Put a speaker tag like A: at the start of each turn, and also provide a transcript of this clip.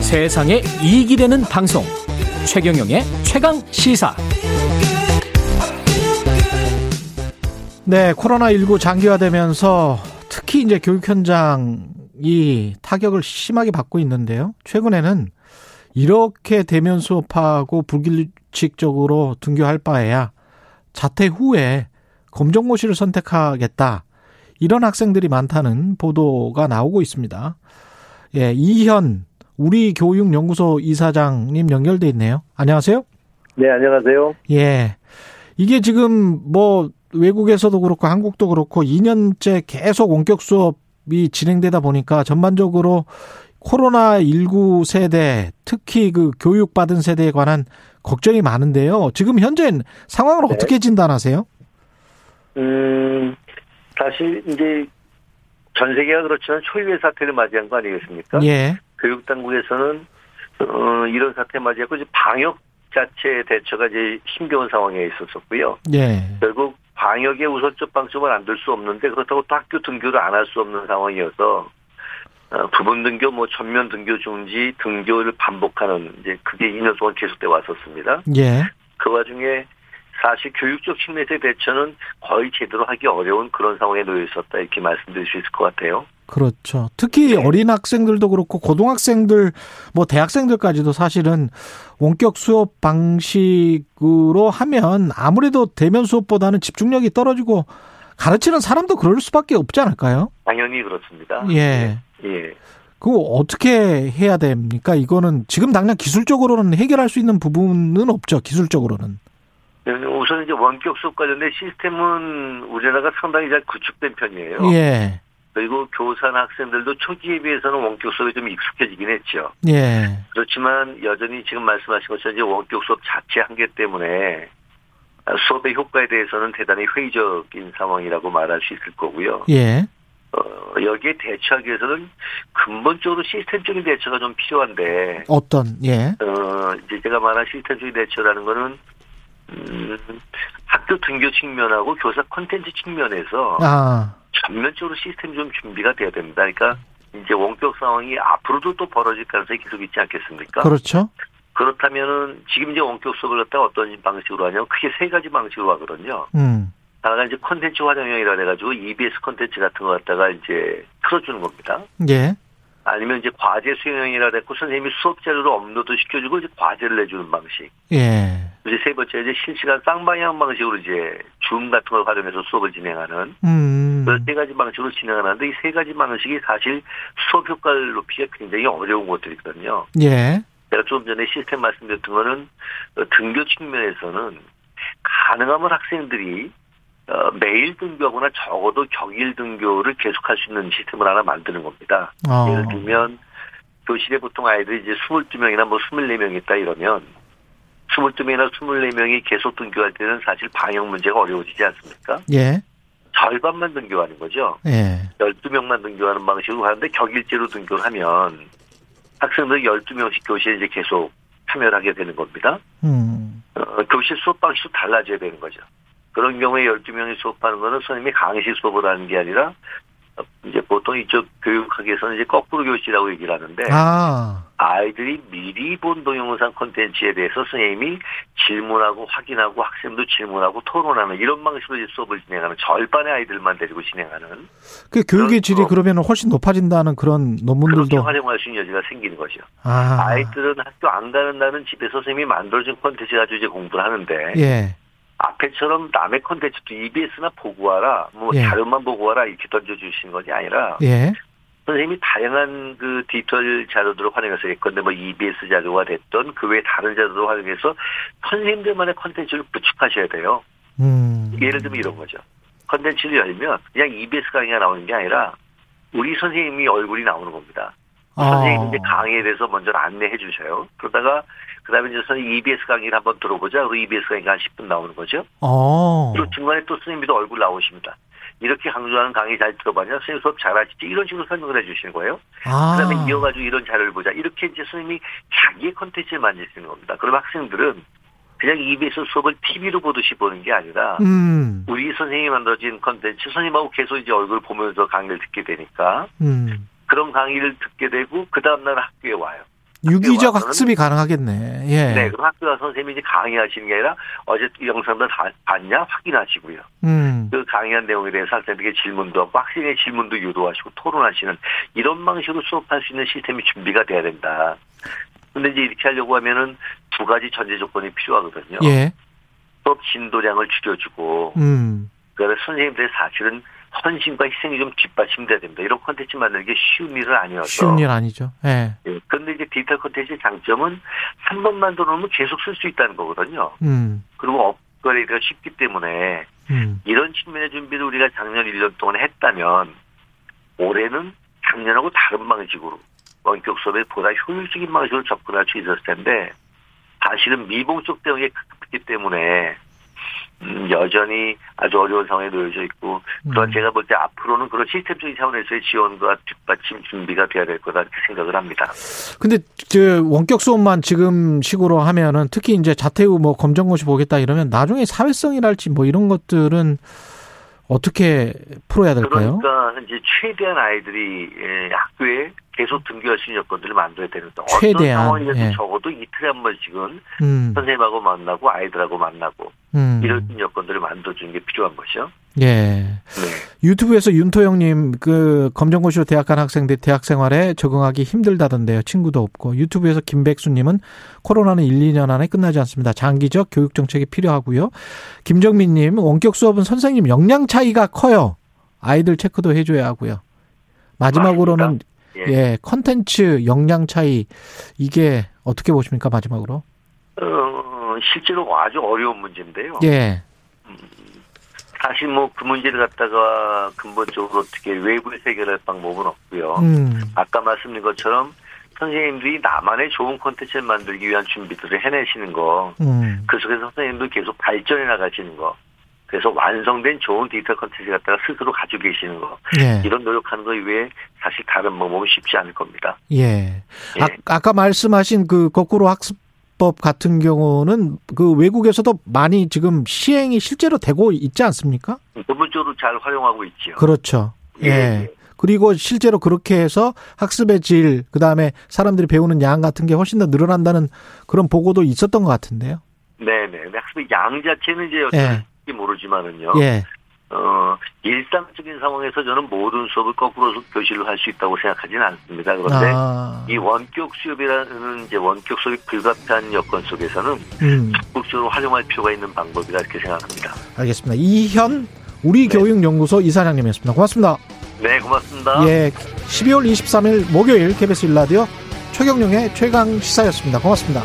A: 세상에 이익이 되는 방송 최경영의 최강 시사
B: 네, 코로나19 장기화되면서 특히 이제 교육 현장이 타격을 심하게 받고 있는데요. 최근에는 이렇게 대면 수업하고 불규칙적으로 등교할 바에야 자퇴 후에 검정고시를 선택하겠다. 이런 학생들이 많다는 보도가 나오고 있습니다. 예, 이현 우리 교육연구소 이사장님 연결돼 있네요. 안녕하세요.
C: 네, 안녕하세요.
B: 예. 이게 지금 뭐 외국에서도 그렇고 한국도 그렇고 2년째 계속 원격 수업이 진행되다 보니까 전반적으로 코로나 19 세대 특히 그 교육받은 세대에 관한 걱정이 많은데요. 지금 현재 상황을
C: 네.
B: 어떻게 진단하세요?
C: 음, 사실 이제 전 세계가 그렇지만 초유의 사태를 맞이한 거 아니겠습니까?
B: 예.
C: 교육 당국에서는 어, 이런 사태 맞이했고 이제 방역 자체 대처가 이제 힘겨운 상황에 있었었고요.
B: 예.
C: 결국 방역의 우선적 방점을 안 둘 수 없는데 그렇다고 또 학교 등교를 안 할 수 없는 상황이어서 어, 부분 등교, 뭐 전면 등교 중지, 등교를 반복하는 이제 그게 2년 동안 계속돼 왔었습니다.
B: 예.
C: 그 와중에 사실 교육적 측면에서의 대처는 거의 제대로 하기 어려운 그런 상황에 놓여 있었다 이렇게 말씀드릴 수 있을 것 같아요.
B: 그렇죠. 특히
C: 네.
B: 어린 학생들도 그렇고 고등학생들 뭐 대학생들까지도 사실은 원격 수업 방식으로 하면 아무래도 대면 수업보다는 집중력이 떨어지고 가르치는 사람도 그럴 수밖에 없지 않을까요?
C: 당연히 그렇습니다.
B: 예.
C: 예.
B: 그거 어떻게 해야 됩니까? 이거는 지금 당장 기술적으로는 해결할 수 있는 부분은 없죠. 기술적으로는.
C: 우선 이제 원격 수업 관련된 시스템은 우리나라가 상당히 잘 구축된 편이에요.
B: 예.
C: 그리고 교사나 학생들도 초기에 비해서는 원격 수업에 좀 익숙해지긴 했죠.
B: 예.
C: 그렇지만 여전히 지금 말씀하신 것처럼 이제 원격 수업 자체 한계 때문에 수업의 효과에 대해서는 대단히 회의적인 상황이라고 말할 수 있을 거고요.
B: 예.
C: 어, 여기에 대처하기 위해서는 근본적으로 시스템적인 대처가 좀 필요한데,
B: 어떤 예.
C: 어, 이제 제가 말한 시스템적인 대처라는 거는, 음, 학교 등교 측면하고 교사 콘텐츠 측면에서
B: 아.
C: 전면적으로 시스템 좀 준비가 돼야 됩니다. 그러니까, 이제 원격 상황이 앞으로도 또 벌어질 가능성이 계속 있지 않겠습니까?
B: 그렇죠.
C: 그렇다면은, 지금 이제 원격 수업을 갖다가 어떤 방식으로 하냐면, 크게 세 가지 방식으로 하거든요.
B: 음.
C: 하나가 이제 콘텐츠 활용형이라 해가지고, EBS 콘텐츠 같은 거 갖다가 이제 틀어주는 겁니다.
B: 예.
C: 아니면 이제 과제 수행이라 됐고 선생님이 수업 자료를 업로드 시켜주고 이제 과제를 내주는 방식.
B: 예.
C: 이제 세 번째 이제 실시간 쌍방향 방식으로 이제 줌 같은 걸 활용해서 수업을 진행하는
B: 음.
C: 그런 세 가지 방식으로 진행하는데 이 세 가지 방식이 사실 수업 효과를 높이기가 굉장히 어려운 것들이거든요.
B: 예.
C: 제가 조금 전에 시스템 말씀드렸던 거는 어, 등교 측면에서는 가능하면 학생들이 어, 매일 등교하거나 적어도 격일 등교를 계속할 수 있는 시스템을 하나 만드는 겁니다.
B: 어.
C: 예를 들면 교실에 보통 아이들이 이제 22명이나 뭐 24명 있다 이러면 22명이나 24명이 계속 등교할 때는 사실 방역 문제가 어려워지지 않습니까?
B: 예.
C: 절반만 등교하는 거죠.
B: 예.
C: 12명만 등교하는 방식으로 하는데 격일제로 등교를 하면 학생들 12명씩 교실에 이제 계속 참여하게 되는 겁니다.
B: 음.
C: 어, 교실 수업 방식도 달라져야 되는 거죠. 그런 경우에 12명이 수업하는 거는 선생님이 강의실 수업을 하는 게 아니라 어, 이제 보통 이쪽 교육학에서는 이제 거꾸로 교실이라고 얘기를 하는데
B: 아.
C: 아이들이 미리 본 동영상 콘텐츠에 대해서 선생님이 질문하고 확인하고 학생도 질문하고 토론하는 이런 방식으로 이제 수업을 진행하는 절반의 아이들만 데리고 진행하는
B: 그 교육의
C: 그런
B: 질이
C: 거.
B: 그러면 훨씬 높아진다는 그런
C: 그렇게
B: 논문들도
C: 활용할 수 있는 여지가 생기는 거죠.
B: 아.
C: 아이들은 학교 안 가는 날은 집에서 선생님이 만들어준 콘텐츠 가지고 이제 공부를 하는데
B: 예.
C: 앞에처럼 남의 콘텐츠도 EBS나 보고 와라 뭐
B: 예.
C: 자료만 보고 와라 이렇게 던져주시는 것이 아니라
B: 예.
C: 선생님이 다양한 그 디지털 자료들을 활용해서 예컨대 뭐 EBS 자료가 됐던 그 외에 다른 자료를 활용해서 선생님들만의 컨텐츠를 구축하셔야 돼요.
B: 음.
C: 예를 들면 이런 거죠. 컨텐츠를 열면 그냥 EBS 강의가 나오는 게 아니라 우리 선생님이 얼굴이 나오는 겁니다.
B: 아.
C: 선생님이 이제 강의에 대해서 먼저 안내해 주셔요. 그러다가 그다음에 이제 선생님 EBS 강의를 한번 들어보자. 그리고 EBS 강의가 한 10분 나오는 거죠.
B: 어.
C: 또 중간에 또 선생님도 얼굴 나오십니다. 이렇게 강조하는 강의 잘 들어봤냐? 선생님 수업 잘하시지? 이런 식으로 설명을 해 주시는 거예요.
B: 아.
C: 그다음에 이어가지고 이런 자료를 보자. 이렇게 이제 선생님이 자기의 컨텐츠를 만드시는 겁니다. 그럼 학생들은 그냥 EBS 수업을 TV로 보듯이 보는 게 아니라
B: 음.
C: 우리 선생님이 만들어진 컨텐츠, 선생님하고 계속 이제 얼굴 보면서 강의를 듣게 되니까
B: 음.
C: 그런 강의를 듣게 되고 그 다음날 학교에 와요.
B: 유기적
C: 와서는-
B: 학습이 가능하겠네. 예.
C: 네, 그럼 학교가 선생님이 이제 강의하시는 게 아니라 어제 이 영상도 다 봤냐 확인하시고요.
B: 음.
C: 그 강의한 내용에 대해서 학생들에게 질문도 하고 학생의 질문도 유도하시고 토론하시는 이런 방식으로 수업할 수 있는 시스템이 준비가 돼야 된다. 근데 이제 이렇게 하려고 하면은 두 가지 전제 조건이 필요하거든요.
B: 예.
C: 수업 진도량을 줄여주고
B: 음.
C: 그러니까 선생님들의 사실은 헌신과 희생이 좀 뒷받침돼야 됩니다. 이런 콘텐츠 만들기 쉬운 일은 아니어서.
B: 쉬운 일 아니죠. 예.
C: 예, 그런데 이제 디지털 콘텐츠의 장점은 한 번 만들어 놓으면 계속 쓸 수 있다는 거거든요.
B: 음.
C: 그리고 업그레이드가 쉽기 때문에
B: 음.
C: 이런 측면의 준비를 우리가 작년 1년 동안 했다면 올해는 작년하고 다른 방식으로 원격 수업에 보다 효율적인 방식으로 접근할 수 있었을 텐데 사실은 미봉적 대응에 급급했기 때문에 음, 여전히 아주 어려운 상황에 놓여져 있고 그런
B: 음.
C: 제가 볼 때 앞으로는 그런 시스템적인 차원에서의 지원과 뒷받침 준비가 돼야 될 거다 이렇게 생각을 합니다.
B: 근데 저 원격 수업만 지금 식으로 하면은 특히 이제 자퇴후 뭐 검정고시 보겠다 이러면 나중에 사회성이랄지 뭐 이런 것들은 어떻게 풀어야 될까요?
C: 그러니까 이제 최대한 아이들이 예, 학교에 계속 등교할 수 있는 여건들을 만들어야 되는데 어떤
B: 최대한,
C: 상황이라도
B: 예.
C: 적어도 이틀에 한 번씩은
B: 음.
C: 선생님하고 만나고 아이들하고 만나고
B: 음.
C: 그러니까 이런 여건들을 만들어주는 게 필요한 것이요.
B: 예.
C: 네.
B: 유튜브에서 윤토영님 그 검정고시로 대학 간 학생들 대학 생활에 적응하기 힘들다던데요. 친구도 없고 유튜브에서 김백수님은 코로나는 1, 2년 안에 끝나지 않습니다. 장기적 교육 정책이 필요하고요. 김정민님 원격 수업은 선생님 역량 차이가 커요. 아이들 체크도 해줘야 하고요. 마지막으로는
C: 맞습니다.
B: 예 컨텐츠 역량 차이 이게 어떻게 보십니까 마지막으로?
C: 어, 실제로 아주 어려운 문제인데요.
B: 예.
C: 사실 뭐 그 문제를 갖다가 근본적으로 어떻게 외부에서 해결할 방법은 없고요.
B: 음.
C: 아까 말씀드린 것처럼 선생님들이 나만의 좋은 콘텐츠를 만들기 위한 준비들을 해내시는 거,
B: 음.
C: 그 속에서 선생님도 계속 발전해 나가시는 거, 그래서 완성된 좋은 디지털 콘텐츠 갖다가 스스로 가지고 계시는 거,
B: 예.
C: 이런 노력하는 거 이외에 사실 다른 방법은 쉽지 않을 겁니다.
B: 예.
C: 예.
B: 아, 아까 말씀하신 그 거꾸로 학습법 같은 경우는 그 외국에서도 많이 지금 시행이 실제로 되고 있지 않습니까?
C: 부분적으로 잘 활용하고 있지요.
B: 그렇죠. 예.
C: 예.
B: 그리고 실제로 그렇게 해서 학습의 질, 그 다음에 사람들이 배우는 양 같은 게 훨씬 더 늘어난다는 그런 보고도 있었던 것 같은데요.
C: 네네. 근데 학습의 양 자체는 이제
B: 예.
C: 어떻게 모르지만은요.
B: 예.
C: 어, 일상적인 상황에서 저는 모든 수업을 거꾸로 교실로 할 수 있다고 생각하지는 않습니다. 그런데
B: 아,
C: 이 원격 수업이라는 이제 원격 수업이 불가피한 여건 속에서는
B: 음,
C: 적극적으로 활용할 필요가 있는 방법이라 이렇게 생각합니다.
B: 알겠습니다. 이현 우리 교육연구소 이사장님이었습니다. 고맙습니다.
C: 네, 고맙습니다.
B: 예. 12월 23일 목요일 KBS 일라디오 최경룡의 최강 시사였습니다. 고맙습니다.